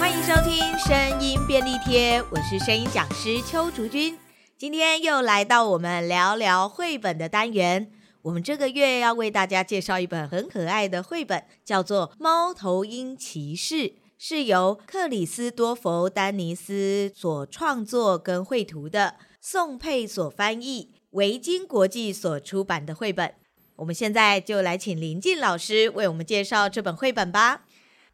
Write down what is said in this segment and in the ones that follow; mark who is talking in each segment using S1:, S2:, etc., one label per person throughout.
S1: 听声音便利贴，我是声音讲师邱竹君。今天又来到我们聊聊绘本的单元。我们这个月要为大家介绍一本很可爱的绘本，叫做《猫头鹰骑士》，是由克里斯多弗·丹尼斯所创作跟绘图的，宋佩所翻译，维京国际所出版的绘本。我们现在就来请林静老师为我们介绍这本绘本吧。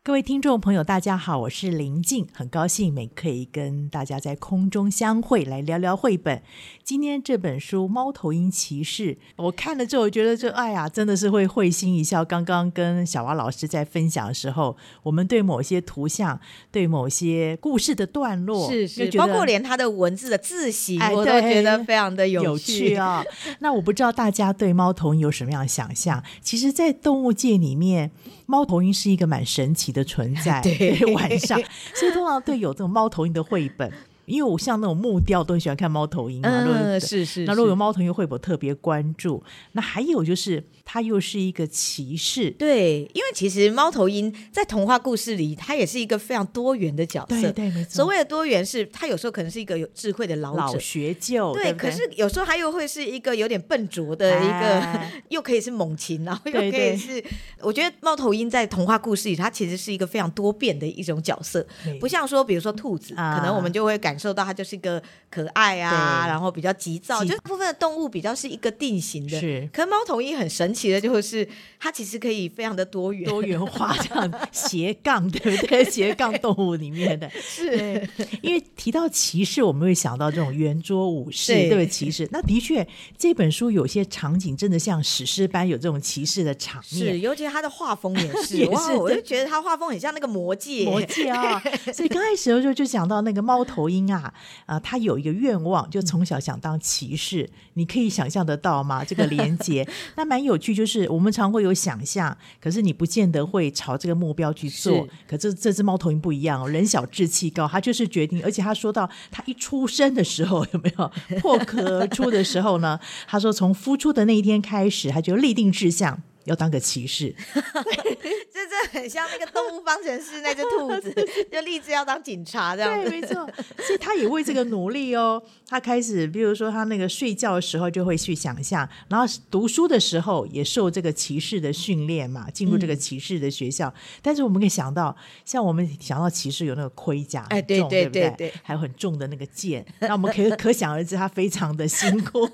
S2: 各位听众朋友，大家好，我是林静，很高兴每可以跟大家在空中相会，来聊聊绘本。今天这本书《猫头鹰骑士》，我看了之后觉得就哎呀，真的是会会心一笑。刚刚跟小娃老师在分享的时候，我们对某些图像、对某些故事的段落，就觉
S1: 包
S2: 得
S1: 括连它的文字的字形，
S2: 哎
S1: 我都觉得
S2: 对
S1: 非常的有
S2: 趣啊、那我不知道大家对猫头鹰有什么样的想象？其实，在动物界里面，猫头鹰是一个蛮神奇的 存在。
S1: 对
S2: 晚上，所以通常对有这种猫头鹰的绘本，因为我像那种木雕都很喜欢看猫头鹰嘛。如果
S1: 嗯，是是。
S2: 那如果有
S1: 是
S2: 猫头鹰绘本，我特别关注。那还有就是，它又是一个骑士，
S1: 对，因为其实猫头鹰在童话故事里，它也是一个非常多元的角
S2: 对
S1: 色。
S2: 对，没错。
S1: 所谓的多元是，它有时候可能是一个有智慧的老者。
S2: 老学究，
S1: 对，
S2: 哦不
S1: 可是有时候它又会是一个有点笨拙的一个，
S2: 哎
S1: 又可以是猛禽，然后又可
S2: 对
S1: 以
S2: 对
S1: 是。我觉得猫头鹰在童话故事里，它其实是一个非常多变的一种角色。
S2: 对
S1: 不像说，比如说兔子，
S2: 啊
S1: 可能我们就会感受到它就是一个可爱啊，
S2: 对
S1: 然后比较急躁，
S2: 急
S1: 就是大部分的动物比较是一个定型的。
S2: 是
S1: 可是猫头鹰很神奇的，就是它其实可以非常的多元。
S2: 多元化这样 斜杠，对 不对？斜杠动物里面的，
S1: 是，
S2: 因为提到骑士，我们会想到这种圆桌武士，
S1: 对
S2: 对不对？骑士，那的确，这本书有些场景真的像史诗般有这种骑士的场
S1: 是，
S2: 面。
S1: 尤其它的画风也是，
S2: 也
S1: 哇，
S2: 是
S1: 我
S2: 对
S1: 就觉得它画风很像那个魔戒。
S2: 魔戒啊，所以刚开始的时候就讲到那个猫头鹰啊，啊、他有一个愿望，就从小想当骑士，你可以想象得到吗？这个连接，那蛮有趣，就是我们常会有想象，可是你不见得会朝这个目标去做
S1: 是。
S2: 可这这只猫头鹰不一样哦，人小志气高，它就是决定，而且他说到他一出生的时候有没有破壳而出的时候呢？他说从孵出的那一天开始，他就立定志向。要当个骑士，
S1: 这这很像那个《动物方程式》 那只兔子，就立志要当警察这样子。
S2: 对，没错。所以他也为这个努力哦。他开始，比如说他那个睡觉的时候就会去想象，然后读书的时候也受这个骑士的训练嘛，进入这个骑士的学校。但是我们可以想到，像我们想到骑士有那个盔甲，
S1: 哎
S2: 很
S1: 对
S2: 重
S1: 对
S2: 对不
S1: 对对
S2: 还有很重的那个剑，那我们可以 可想而知，他非常的辛苦。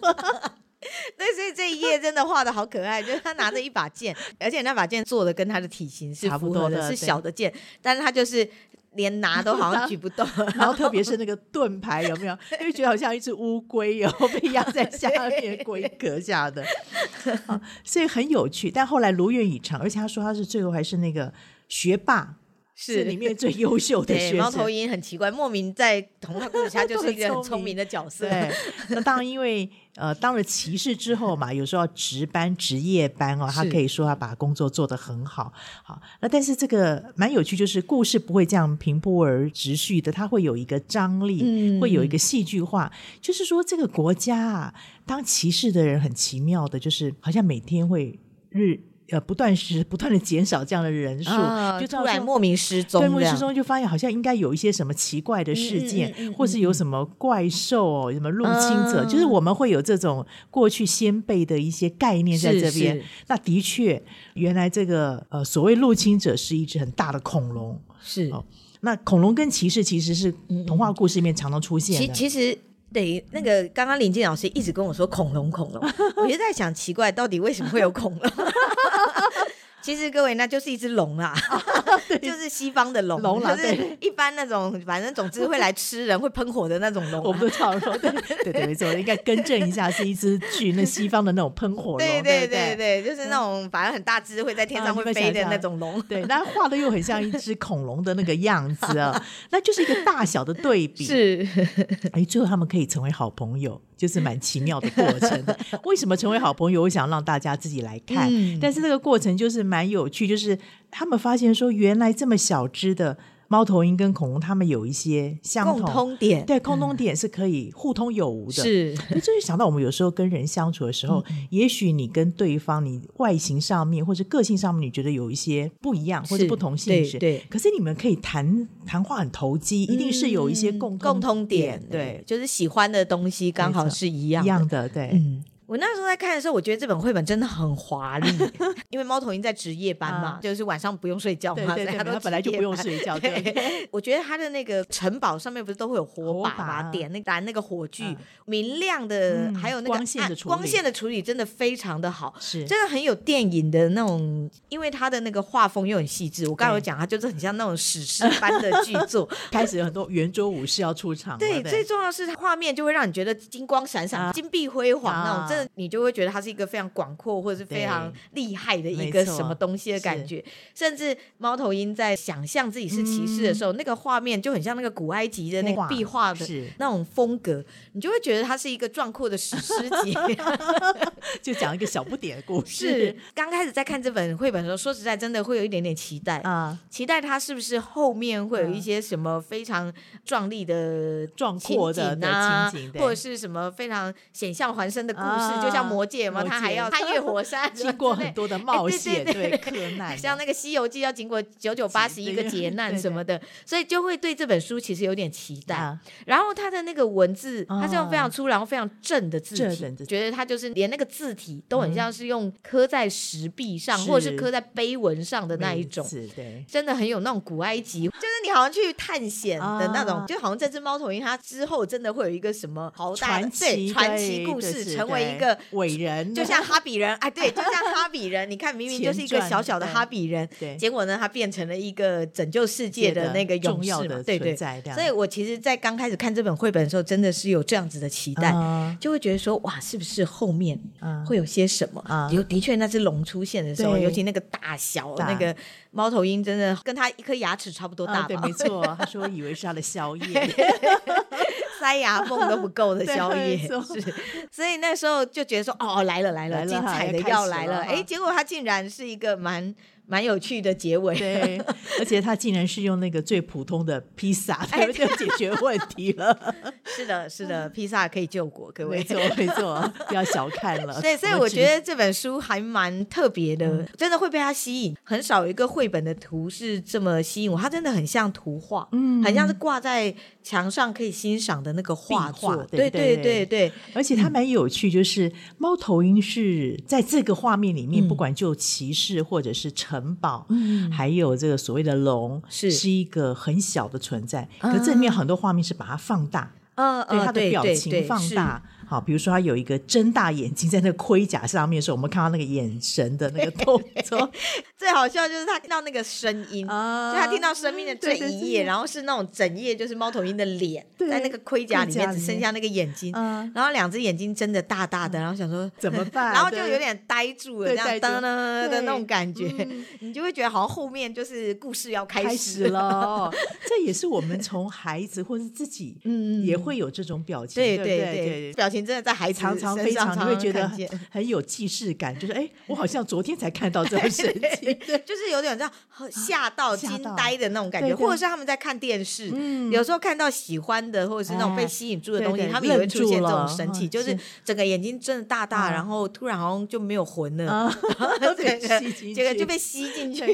S1: 对，所以这一页真的画的好可爱，就是他拿着一把剑，而且那把剑做的跟他的体型是
S2: 差不
S1: 符合
S2: 多的
S1: 是
S2: 对
S1: 小的剑，但是他就是连拿都好像举不动。
S2: 然后特别是那个盾牌有没有？因为觉得好像一只乌龟哦，被压在下面龟壳下的、啊所以很有趣。但后来如愿以偿，而且他说他是最后还是那个学霸，是里面最优秀的
S1: 对
S2: 学
S1: 猫
S2: 生。
S1: 头鹰很奇怪，莫名在童话故 事下就是一个很聪明的角色。嗯
S2: 对， 那当然，因为呃，当了骑士之后嘛，有时候要值班、值夜班哦，他
S1: 是
S2: 可以说他把工作做得很好。好，那但是这个蛮有趣，就是故事不会这样平铺而直叙的，它会有一个张力，
S1: 嗯
S2: 会有一个戏剧化。就是说，这个国家啊，当骑士的人很奇妙的，就是好像每天会日。呃，不断时不断的减少这样的人数，
S1: 啊，
S2: 就
S1: 突
S2: 造
S1: 然
S2: 成
S1: 莫名失踪
S2: 对，
S1: 这
S2: 莫
S1: 样，
S2: 失踪就发现好像应该有一些什么奇怪的事
S1: 嗯
S2: 件，
S1: 嗯嗯嗯
S2: 或是有什么怪兽哦，有什么入侵者，
S1: 嗯
S2: 就是我们会有这种过去先辈的一些概念在这边。
S1: 是是
S2: 那的确，原来这个呃所谓入侵者是一只很大的恐龙。
S1: 是
S2: 哦那恐龙跟骑士其实是童话故事里面常常出现
S1: 嗯其
S2: 的。
S1: 其实。对，那个刚刚林静老师一直跟我说恐龙恐龙， 我就在想奇怪，到底为什么会有恐龙？ 其实各位，那就是一只龙 啦，就是西方的龙，
S2: 龙啦
S1: 就是
S2: 对
S1: 一般那种，反正总之会来吃人、会喷火的那种龙
S2: 我
S1: 啊。
S2: 们 都常说，对对对，没错，应该更正一下，是一只巨那西方的那种喷火龙，
S1: 对
S2: 对
S1: 对
S2: 不
S1: 对对，就是那种反正很大只会在天
S2: 啊
S1: 上
S2: 你
S1: 会
S2: 会
S1: 飞
S2: 想
S1: 的
S2: 象
S1: 那种 龙。
S2: 对，那画的又很像一只恐龙的那个样 子啊，那就是一个大小的对比。
S1: 是，
S2: 哎，最后他们可以成为好朋友，就是蛮奇妙的过程的。 为什么成为好朋友？我想让大家自己来看，
S1: 嗯
S2: 但是这个过程就是蛮有趣，就是他们发现说，原来这么小只的。猫头鹰跟恐龙它们有一些相
S1: 共
S2: 同，
S1: 通点嗯
S2: 对，共通点是可以互通有无的。
S1: 是嗯
S2: 所以这就想到我们有时候跟人相处的时候，也许你跟对方，你外形上面或者个性上面，你觉得有一些不一样或者
S1: 是
S2: 不同性
S1: 对
S2: 质，
S1: 对
S2: 可是你们可以谈谈话很投机，一定是有一些
S1: 嗯
S2: 共
S1: 共通点，
S2: 对，
S1: 就是喜欢的东西刚好
S2: 没错
S1: 是一
S2: 一
S1: 样的。
S2: 样的，对，
S1: 嗯，我那时候在看的时候，我觉得这本绘本真的很华丽， 因为猫头鹰在值夜班嘛，
S2: 啊
S1: 就是晚上不用睡觉
S2: 对
S1: 嘛，
S2: 对
S1: 所以
S2: 对，
S1: 它都
S2: 他本来就
S1: 值夜
S2: 不用
S1: 班
S2: 睡觉，对，
S1: 对，我觉得它的那个城堡上面不是都会有火把
S2: 火把
S1: 嘛，
S2: 啊
S1: 点那燃那个火炬
S2: 嗯，
S1: 明亮的，
S2: 嗯
S1: 还有那个
S2: 光线的
S1: 暗
S2: 处
S1: 光
S2: 理
S1: 线的处理真的非常的好。
S2: 是
S1: 真的很有电影的那种，因为它的那个画风又很细致。我刚才有
S2: 对
S1: 讲，它就是很像那种史诗般的巨作，
S2: 开始有很多圆桌武士要出场了，
S1: 对，
S2: 对，
S1: 最重要的是它画面就会让你觉得金光闪闪、
S2: 啊
S1: 金碧辉煌那种，
S2: 啊
S1: 真的你就会觉得它是一个非常广阔或者是非常厉害的一个
S2: 没错
S1: 什么东西的感觉。甚至猫头鹰在想象自己是骑士的时候，那个画面就很像那个古埃及的那个
S2: 哇
S1: 壁画的。
S2: 嗯是
S1: 那种风格，你就会觉得它是一个壮阔的史诗级。
S2: 就讲一个小不点的故事
S1: 是刚开始在看这本绘本的时候，说实在，真的会有一点点期待，
S2: 啊，
S1: 期待它是不是后面会有一些什么非常壮丽的
S2: 嗯壮
S1: 情
S2: 阔的
S1: 景
S2: 的
S1: 啊，
S2: 情景，
S1: 或者
S2: 对，
S1: 是什么非常险象环生的故事，
S2: 啊
S1: 就像《魔戒》嘛，
S2: 魔
S1: 他还
S2: 戒
S1: 要穿越火山啊之类，
S2: 经过很多的冒
S1: 对
S2: 险，
S1: 哎对对
S2: 克难 啊，
S1: 像那个《西游记》要经过九九八十一个劫难什么的，所以就会对这本书其实有点期待。
S2: 啊
S1: 然后它的那个文字，
S2: 啊
S1: 它是用非常粗，然后非常正的字
S2: 正
S1: 体，
S2: 的字体嗯
S1: 觉得它就是连那个字体都很像是用刻在石壁上，
S2: 是
S1: 或者是刻在碑文上的那一种。
S2: 是对。
S1: 真的很有那种古埃及，就是你好像去探险的那种，
S2: 啊
S1: 就好像这只猫头鹰，它之后真的会有一个什么好大的
S2: 传
S1: 对
S2: 奇
S1: 传
S2: 对
S1: 奇故
S2: 对
S1: 事，
S2: 是
S1: 成为
S2: 对
S1: 一个
S2: 伟人，
S1: 就像哈比人，哎，对，就像哈比 人，你看明明就是一个
S2: 前传
S1: 小小的哈比人，
S2: 对
S1: 结果呢，他变成了一个拯救世界的那个勇
S2: 重要
S1: 士嘛
S2: 的，
S1: 对对
S2: 存。在，这样
S1: 所以我其实，在刚开始看这本绘本的时候，真的是有这样子的期待。
S2: 啊
S1: 就会觉得说，哇，是不是后面
S2: 啊
S1: 会有些什么？
S2: 啊
S1: 有、的确，那只龙出现的时候，
S2: 对
S1: 尤其那个大小，
S2: 大
S1: 那个猫头鹰真的跟它一颗牙齿差不多大
S2: 啊，
S1: 吧，
S2: 对，没错， 他说以为是他的宵夜，
S1: 塞牙缝都不够的宵夜，
S2: 对没错
S1: 是，所以那时候就觉得说，哦，来了来了，
S2: 来了
S1: 精彩的
S2: 要开始
S1: 要来了，
S2: 了哈
S1: 哎，结果它竟然是一个蛮蛮有趣的结尾，
S2: 对，而且他竟然是用那个最普通的披萨，他
S1: 哎
S2: 就解决问题 了，
S1: 是的，是 的，披萨可以救国，各
S2: 没
S1: 位。
S2: 错，没错，不要小看了。
S1: 对，所以
S2: 们嗯
S1: 我
S2: 只
S1: 觉得这本书还蛮特别的，真的会被它吸引。很少有一个绘本的图是这么吸引我，它真的很像图画，
S2: 嗯
S1: 很像是挂在墙上可以欣赏的那个画
S2: 壁画
S1: 作。
S2: 对
S1: 对
S2: 对
S1: 对对，
S2: 而且
S1: 嗯
S2: 它蛮有趣，就是猫头鹰是在这个画面里面，
S1: 嗯
S2: 不管就骑士或者是城堡，
S1: 嗯
S2: 还有这个所谓的龙，
S1: 是
S2: 是一个很小的存在。可这里面很多画面是把它放大，
S1: 嗯
S2: 对
S1: 嗯
S2: 它的表情放。
S1: 对对对是
S2: 大。好，比如说它有一个睁大眼睛在那个盔甲上面的时候，我们看到那个眼神的那个动 作
S1: 最好笑就是他听到那个声音，
S2: 啊
S1: 就他听到生命的这
S2: 对对
S1: 一
S2: 对
S1: 页，然后是那种整页就是猫头鹰的脸，
S2: 对
S1: 在那个盔甲里
S2: 盔
S1: 面
S2: 甲
S1: 只
S2: 里
S1: 剩下那个眼睛，
S2: 嗯
S1: 然后两只眼睛睁得大大的，然后想说
S2: 怎么办？
S1: 然后就
S2: 对
S1: 有点呆住了，这
S2: 对
S1: 样
S2: 呆住
S1: 噔噔噔的那种感觉
S2: 对嗯，
S1: 你就会觉得好像后面就是故事要开
S2: 开
S1: 始
S2: 始。了， 这也是我们从孩子或是自己，
S1: 嗯
S2: 也会有这种表情，
S1: 对
S2: 对
S1: 对
S2: 不
S1: 对，表情真的在孩子
S2: 常常
S1: 身
S2: 非
S1: 上
S2: 常你会觉得
S1: 看见
S2: 很很有既视感，就是哎，我好像昨天才看到这种神情，
S1: 就是有点这样吓到、
S2: 啊吓
S1: 惊
S2: 到
S1: 呆的那种感觉，
S2: 对对
S1: 或者是他们在看电视，
S2: 嗯
S1: 有时候看到喜欢的，或者是那种被
S2: 哎
S1: 吸引住的
S2: 对
S1: 东西，
S2: 对
S1: 他们也会
S2: 愣
S1: 出
S2: 住
S1: 现这种
S2: 了
S1: 神奇，
S2: 嗯
S1: 就是
S2: 是
S1: 整个眼睛睁得大大，
S2: 啊
S1: 然后突然好像就没有魂了，
S2: 啊，
S1: 整个
S2: 吸进
S1: 这个
S2: 去
S1: 就被吸进去。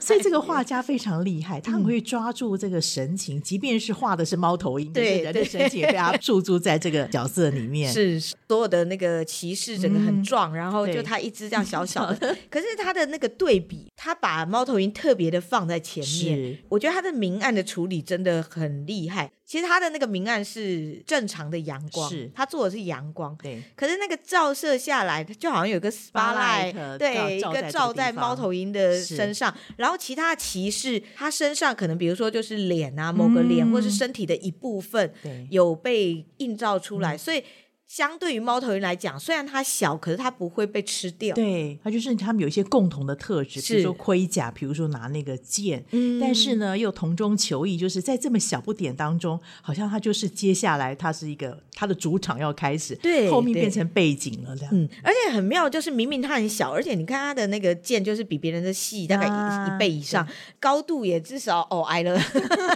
S2: 所以这个画家非常厉害，
S1: 嗯
S2: 他很会抓住这个神情，即便是画的是猫头鹰，但是
S1: 对
S2: 人
S1: 对
S2: 的神情也被 他驻足在这个角色里面。
S1: 是所有的那个骑士整个很
S2: 嗯
S1: 壮，然后就
S2: 对
S1: 他一只这样小小 的，可是他的那个对比，他把猫头鹰特别的放在前面
S2: 是，
S1: 我觉得他的明暗的处理真的很厉害。其实他的那个明暗是正常的阳光，
S2: 是
S1: 他做的是阳光。
S2: 对，
S1: 可是那个照射下来，就好像有一个 spotlight，
S2: Spotlight，
S1: 对，一
S2: 照
S1: 个
S2: 照在这个
S1: 照在
S2: 地方
S1: 猫头鹰的
S2: 是
S1: 身上，然后其他骑士他身上可能比如说就是脸啊，某个脸、
S2: 嗯
S1: 或是身体的一部分，
S2: 对嗯
S1: 有被映照出来，所以。相对于猫头鹰来讲，虽然它小，可是它不会被吃掉。
S2: 对，它就是它们有一些共同的特质，比如说
S1: 是
S2: 盔甲，比如说拿那个剑，
S1: 嗯
S2: 但是呢又同中求异，就是在这么小不点当中，好像它就是接下来它是一个它的主场要开始，
S1: 对
S2: 后面
S1: 对
S2: 变成背景了这样。
S1: 嗯，而且很妙，就是明明它很小，而且你看它的那个剑就是比别人的细大概一、
S2: 啊
S1: 一倍以上，高度也至少哦矮了，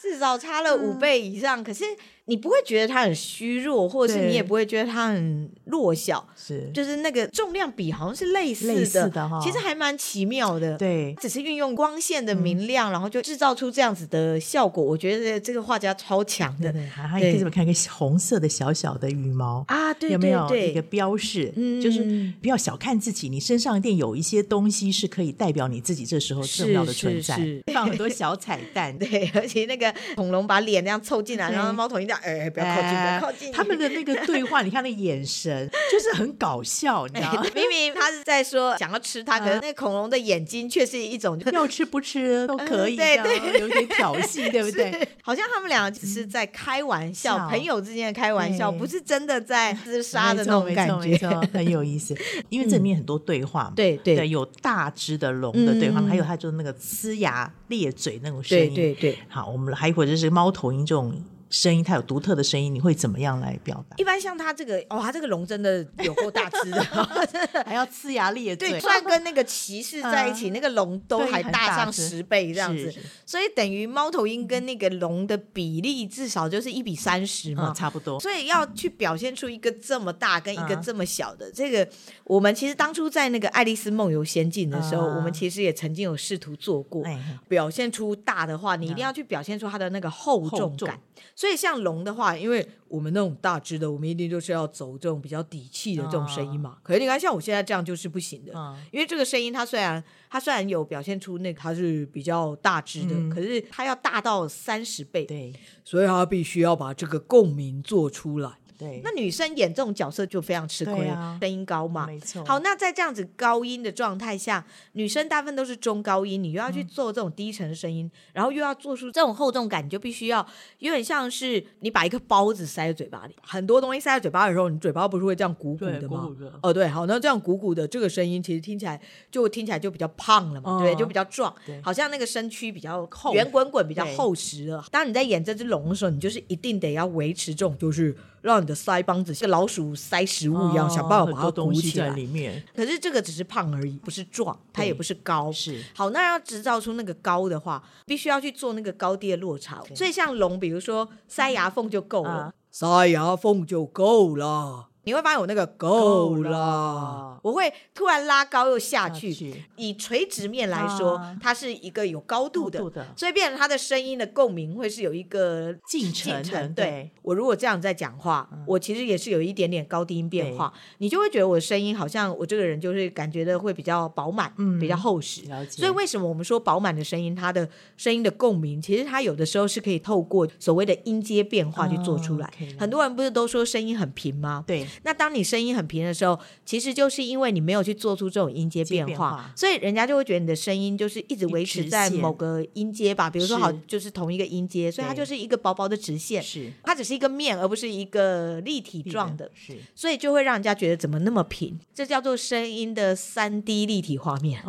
S1: 至少差了五倍以上。可是你不会觉得它很虚弱，或者是
S2: 嗯对
S1: 你也不会觉得它很弱小，
S2: 是，
S1: 就是那个重量比好像是类似的，
S2: 类似的哈
S1: 其实还蛮奇妙的。
S2: 对，
S1: 只是运用光线
S2: 嗯
S1: 的明亮，然后就制造出这样子的效果。我觉得这个画家超强
S2: 对
S1: 的
S2: 对，还还可以这么看一个红色的小小的羽毛。
S1: 啊！对对对，
S2: 有没有一个标示？
S1: 嗯
S2: 就是不要小看自己，你身上一定有一些东西是可以代表你自己这时候重要的
S1: 是
S2: 存
S1: 是
S2: 在
S1: 是，
S2: 放很多小彩 蛋，
S1: 对，而且那个恐龙把脸那样凑进来，
S2: 对
S1: 然后猫头鹰这样，哎、不要靠近，不
S2: 哎
S1: 要靠 近。
S2: 他们的那个对话，你看那眼神， 就是很搞笑，你知道吗？
S1: 明明他是在说想要吃它，可是那恐龙的眼睛却是一 种就。
S2: 要吃不吃都可以，
S1: 嗯对
S2: 这样有点挑衅，对不 对？
S1: 好像他们俩只是在开玩笑，
S2: 笑
S1: 朋友之间的开玩笑，
S2: 对
S1: 不是真的在厮杀的那种
S2: 没
S1: 感
S2: 错没
S1: 觉。
S2: 错，没错很有意思。因为这里面很多对话嘛，
S1: 对对
S2: 对，有大只的龙的对话，
S1: 嗯
S2: 还有它就是那个呲牙咧嘴那种声
S1: 对
S2: 音。
S1: 对对，
S2: 好，我们还或者是猫头鹰这种声音，它有独特的声音，你会怎么样来表达？
S1: 一般像他这个，哇、哦，他这个龙真的有够大只的， 真的。
S2: 还要呲牙咧
S1: 对，虽然跟那个骑士在一起，那个龙都
S2: 嗯对
S1: 还
S2: 很
S1: 大
S2: 大
S1: 上
S2: 只
S1: 十倍这样子，
S2: 是是
S1: 所以等于猫头鹰跟那个龙的比例至少就是一比三十嘛
S2: 嗯，。差不多。
S1: 所以要去表现出一个这么大跟一个
S2: 嗯
S1: 这么小的，这个我们其实当初在那个《爱丽丝梦游仙境》的时候，
S2: 嗯
S1: 我们其实也曾经有试图做过。
S2: 哎，嗯
S1: 表现出大的话，你一定要去表现出它的那个厚重
S2: 厚
S1: 感
S2: 重。
S1: 所以像龙的话，因为我们那种大只的，我们一定就是要走这种比较底气的这种声音
S2: 啊
S1: 嘛。可是你看，像我现在这样就是不行的，
S2: 嗯
S1: 因为这个声音它虽然它虽然有表现出那个它是比较大只的，
S2: 嗯
S1: 可是它要大到三十倍，
S2: 对
S1: 所以它必须要把这个共鸣做出来。
S2: 对，
S1: 那女生演这种角色就非常吃亏
S2: 对
S1: 了，
S2: 啊
S1: 声音高嘛。
S2: 没错。
S1: 好，那在这样子高音的状态下，女生大部分都是中高音，你又要
S2: 嗯
S1: 去做这种低沉的声音，然后又要做出这种厚重感，你就必须要有点像是你把一个包子塞在嘴巴里，很多东西塞在嘴巴的时候，你嘴巴不是会这样鼓鼓
S2: 对
S1: 的
S2: 鼓
S1: 吗
S2: 鼓的？
S1: 哦，对，好，那这样鼓鼓的这个声音，其实听起来就听起来就比较胖了嘛，对不对，
S2: 嗯
S1: 就比较壮
S2: 对，
S1: 好像那个身躯比较
S2: 厚
S1: 圆滚滚，比较
S2: 对
S1: 厚实了。当你在演这只龙的时候，你就是一定得要维持这种，就是让你的腮帮子像老鼠塞食物一样，
S2: 哦
S1: 想办法把它
S2: 很多
S1: 鼓
S2: 东西
S1: 起
S2: 在
S1: 来。
S2: 里面，
S1: 可是这个只是胖而已，不是壮，它
S2: 对
S1: 也不是高。
S2: 是
S1: 好，那要制造出那个高的话，必须要去做那个高低的落差。所以像龙，比如说塞牙缝就够了，
S2: 啊
S1: 塞牙缝就够了。你会发现我那个够
S2: 够
S1: 了
S2: 了，
S1: 我会突然拉高又下去。
S2: 下去
S1: 以垂直面来说，
S2: 啊
S1: 它是一个有高度的，
S2: 高度的
S1: 所以变成它的声音的共鸣会是有一个
S2: 进程
S1: 进程
S2: 的
S1: 对
S2: 对嗯
S1: 我如果这样在讲话，我其实也是有一点点高低音变化，你就会觉得我的声音好像我这个人就是感觉的会比较饱满，
S2: 嗯
S1: 比较厚实。
S2: 了解
S1: 所以为什么我们说饱满的声音，它的声音的共鸣，其实它有的时候是可以透过所谓的音阶变化去做出来。
S2: 哦，OK
S1: 很多人不是都说声音很平吗？
S2: 对
S1: 那当你声音很平的时候，其实就是因为你没有去做出这种音阶变化，
S2: 变化
S1: 所以人家就会觉得你的声音就是一直维持在
S2: 一直线
S1: 某个音阶吧，比如说
S2: 是
S1: 好就是同一个音阶，所以它
S2: 对
S1: 就是一个薄薄的直线，
S2: 是
S1: 它只是一个面，而不是一个立体状的，
S2: 是
S1: 所以就会让人家觉得怎么那么平，这叫做声音的三 D 立体画面。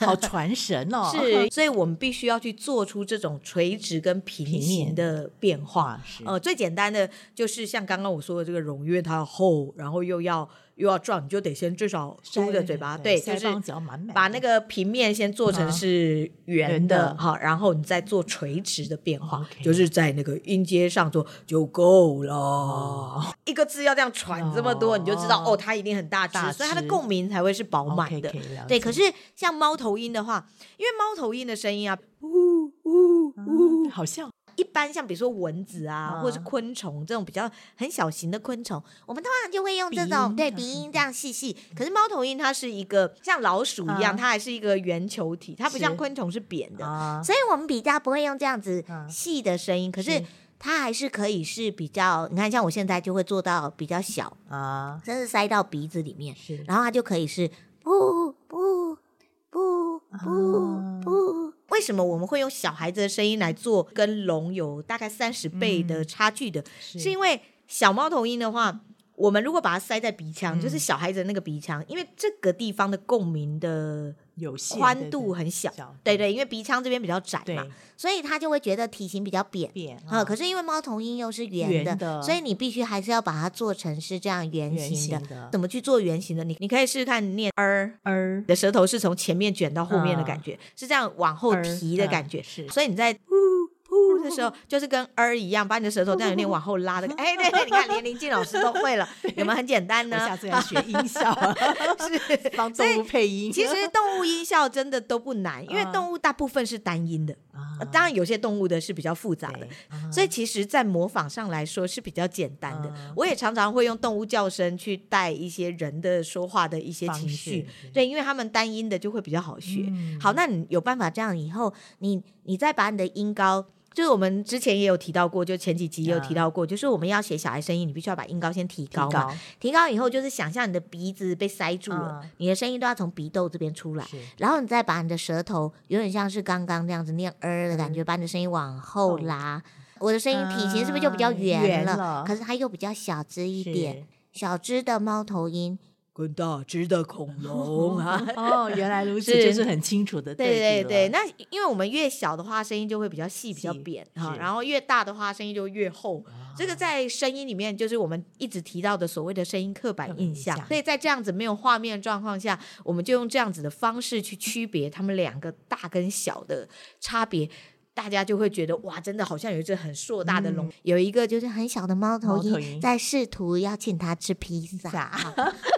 S2: 好传神哦，
S1: 哦是， 所以我们必须要去做出这种垂直跟平
S2: 平
S1: 行
S2: 面
S1: 的变化
S2: 哇。是
S1: 呃，最简单的就是像刚刚我说的这个绒，因为它要厚，然后又要又要壮，你就得先至少嘟着嘴巴，对，就
S2: 腮
S1: 是
S2: 帮只要满满
S1: 把那
S2: 个
S1: 个平面先做成
S2: 啊
S1: 是圆
S2: 圆
S1: 的
S2: 的，
S1: 好，然后你再做垂直的变化，
S2: OK
S1: 就是在那个音阶上做就够了。一个字要这样喘这么多，
S2: 哦
S1: 你就知道哦，它一定很大只，
S2: 大
S1: 所以它的
S2: 只
S1: 共鸣才会是饱满的。对，可是像猫头鹰的话，因为猫头鹰的声音啊，呜呜呜，
S2: 嗯好像
S1: 一般像比如说蚊子啊，
S2: 嗯
S1: 或者是昆虫这种比较很小型的昆虫，我们通常就会用这
S2: 鼻
S1: 种
S2: 音
S1: 对
S2: 嗯
S1: 鼻音这样细细。可是猫头鹰它是一个像老鼠一样，
S2: 嗯
S1: 它还是一个圆球体，它不像
S2: 是
S1: 昆虫是扁的，
S2: 啊，
S1: 所以我们比较不会用这样子
S2: 嗯
S1: 细的声音。可是
S2: 是
S1: 它还是可以是比较，你看像我现在就会做到比较小，
S2: 啊
S1: 甚至塞到鼻子里面。
S2: 是
S1: 然后它就可以是不不不不
S2: 啊
S1: 不。为什么我们会用
S2: 嗯
S1: 小孩子的声音来做跟龙有大概三十倍的差距的？是因为小猫头鹰的话，我们如果把它塞在鼻腔，
S2: 嗯
S1: 就是小孩子的那个鼻腔，因为这个地方的共鸣的
S2: 有限
S1: 宽度很小，
S2: 小嗯
S1: 对对，因为鼻腔这边比较窄
S2: 对
S1: 嘛，所以他就会觉得体型比较扁。
S2: 扁
S1: 啊、
S2: 啊
S1: 可是因为猫头鹰又是圆
S2: 圆
S1: 的，
S2: 的
S1: 所以你必须还是要把它做成是这样圆
S2: 圆
S1: 形的。
S2: 形的
S1: 怎么去做圆形的？你你可以试试看念儿，
S2: 而
S1: 你的舌头是从前面卷到后面的感觉，是这样往后
S2: 啊儿
S1: 提的
S2: 啊
S1: 感觉。
S2: 是
S1: 所以你在噗噗的时 候，就是跟儿一样，把你的舌头这样有点往后拉的感。哎，对对，你看连林静老师都 会了，有没有很简单
S2: 我
S1: 呢？
S2: 下次要学音效，
S1: 是
S2: 帮
S1: 所以
S2: 动物配音。
S1: 其 实动物音效真的都不难，因为
S2: 嗯
S1: 动物大部分是单音的，
S2: 啊
S1: 呃当然有些动物的是比较复杂的
S2: 对。啊
S1: 所以其实，在模仿上来说是比较简单的
S2: 嗯。
S1: 我也常常会用动物叫声去带一些人的说话的一些
S2: 方
S1: 情绪
S2: 式，
S1: 对，因为他们单音的就会比较好学。
S2: 嗯
S1: 好，那你有办法这样以后，你你再把你的音高。就是我们之前也有提到过，就前几集也有提到过，就是我们要写小孩声音，你必须要把音高先提
S2: 嗯提
S1: 高嘛。
S2: 高
S1: 提高以后，就是想象你的鼻子被塞住了，
S2: 嗯
S1: 你的声音都要从鼻窦这边出来。
S2: 是
S1: 然后你再把你的舌头，有点像是刚刚那样子念呃的感觉，把你的声音往后拉。我的声音体型是不是就比较
S2: 啊
S1: 圆
S2: 圆
S1: 了？
S2: 了
S1: 可是它又比较小只一
S2: 是
S1: 点，小只的猫头鹰跟大只的恐龙啊。
S2: 哦，原来 如此，
S1: 是
S2: 就是很清楚的
S1: 对对
S2: 对
S1: 对，那因为我们越小的话，声音就会比较细、比较
S2: 细
S1: 扁哈，
S2: 是啊
S1: 然后越大的话，声音就越厚。这个在声音里面，就是我们一直提到的所谓的声音刻板
S2: 刻板
S1: 印
S2: 印
S1: 象。
S2: 象
S1: 所以在这样子没有画面的状况下，我们就用这样子的方式去区别他们两个大跟小的差别。大家就会觉得哇，真的好像有一只很硕大的龙，有一个就是很小的猫头
S2: 嗯猫头
S1: 鹰
S2: 鹰
S1: 在试图邀请它吃披
S2: 对
S1: 萨。
S2: 傻，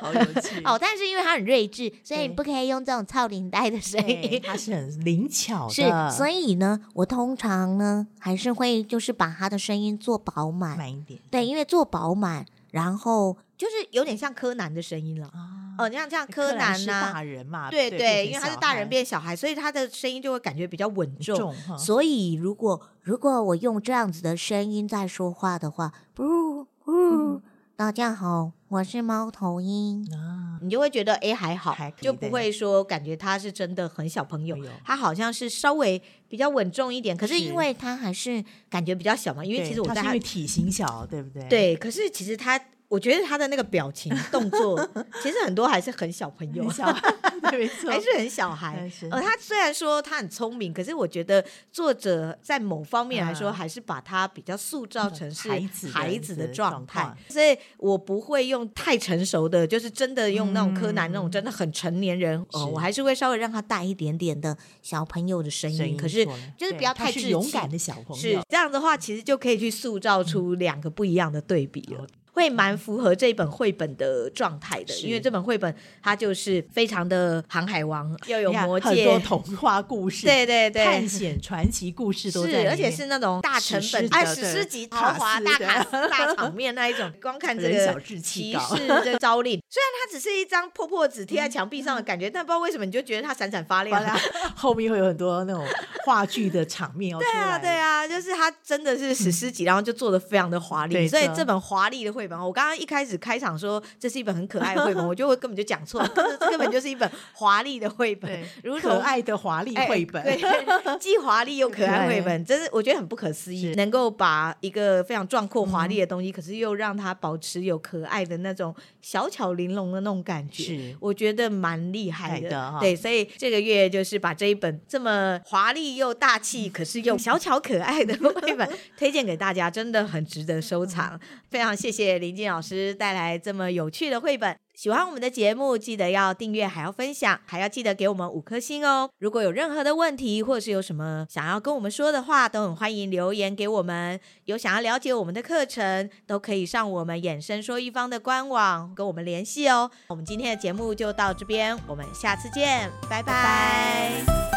S2: 好有趣
S1: 哦，但是因为它很睿智，所以
S2: 对
S1: 你不可以用这种操领带的声音
S2: 对，。它是很灵巧
S1: 是，
S2: 的，
S1: 所以呢，我通常呢还是会就是把他的声音做饱满，
S2: 慢一点
S1: 对，因为做饱满，然后就是有点像柯南的声音了。
S2: 啊。
S1: 哦，你像像柯
S2: 南
S1: 南
S2: 是
S1: 呐、
S2: 大人嘛，
S1: 对对，
S2: 对，
S1: 因为他是大人
S2: 变
S1: 变小孩，所以他的声音就会感觉比较稳
S2: 成小
S1: 重。嗯
S2: 孩重哈，
S1: 所以如果如果我用这样子的声音在说话的话，不不，大家好，我是猫头鹰。
S2: 啊，
S1: 你就会觉得哎还好，
S2: 还可以
S1: 就不会说感觉他是真的很小朋友
S2: 哎呦，
S1: 他好像是稍微比较稳重一点。可是
S2: 是
S1: 因为他还是感觉比较小嘛，因为
S2: 对
S1: 其实我
S2: 它
S1: 在
S2: 是
S1: 他
S2: 因为体型小，对不对？，
S1: 对，可是其实他。我觉得他的那个表情、动作，其实很多还是很小朋友
S2: 很， 小，对，没错，
S1: 还是很小孩
S2: 还。是
S1: 呃，他虽然说他很聪明，可是我觉得作者在某方面来说，
S2: 嗯
S1: 还是把他比较塑造成是
S2: 孩子的
S1: 孩子的状态
S2: 状况。
S1: 所以我不会用太成熟的，就是真的用那种柯南
S2: 嗯
S1: 那种真的很成年人，呃，
S2: 是
S1: 我还是会稍微让他带一点点的小朋友的声
S2: 声
S1: 音，
S2: 音
S1: 可是
S2: 出来
S1: 就是
S2: 对
S1: 不要
S2: 他
S1: 太
S2: 是
S1: 稚
S2: 勇
S1: 气
S2: 敢的小朋
S1: 是
S2: 友，嗯
S1: 这样的话，其实就可以去塑造出两个不一样的对比了
S2: 好。
S1: 会蛮符合这本绘本的状态的，
S2: 是
S1: 因为这本绘本它就是非常的航海王，又有
S2: 你看
S1: 魔
S2: 很
S1: 戒，
S2: 多童话故事，
S1: 对对
S2: 探
S1: 对，
S2: 险传奇故事都在里面，
S1: 是，而且是那种大成
S2: 史
S1: 本
S2: 诗，
S1: 哎，
S2: 的
S1: 史
S2: 对
S1: 诗级豪
S2: 卡
S1: 华
S2: 斯
S1: 大
S2: 的
S1: 卡司、大场面那一种， 光看这
S2: 人小
S1: 个
S2: 志
S1: 骑
S2: 气高，
S1: 士 的招令，虽然它只是一张破破纸贴在墙壁上的感觉，但不知道为什么你就觉得它闪闪嗯发亮
S2: 完。了后面会有很多那种话剧的场面要出
S1: 对啊，
S2: 来，
S1: 对啊，就是它真的是史诗级，然后就做的非常的 华丽，
S2: 对
S1: 所以
S2: 的
S1: 这本华丽的绘本，我刚刚一开始开场说这是一本很可爱的 绘本，我觉得我根本就讲错了，根本根本就是一本华丽的绘本
S2: 对，
S1: 如同
S2: 可爱的华丽
S1: 哎
S2: 绘本，
S1: 对， 既华丽又可爱
S2: 可爱
S1: 绘本，真是我觉得很不可思议，
S2: 是嗯
S1: 能够把一个非常壮阔华丽的东西，可是又让它保持有可爱的那种小巧玲珑的那种感觉。
S2: 是
S1: 我觉得蛮厉害的，
S2: 害的哈
S1: 对，所以这个月就是把这一本这么华丽又大气，可是又小巧可爱的 绘本推荐给大家，真的很值得收藏。非常谢谢林静老师带来这么有趣的绘本。喜欢我们的节目，记得要订阅，还要分享，还要记得给我们五颗星哦。如果有任何的问题，或是有什么想要跟我们说的话，都很欢迎留言给我们。有想要了解我们的课程，都可以上我们衍生说一方的官网跟我们联系哦。我们今天的节目就到这边，我们下次见，拜拜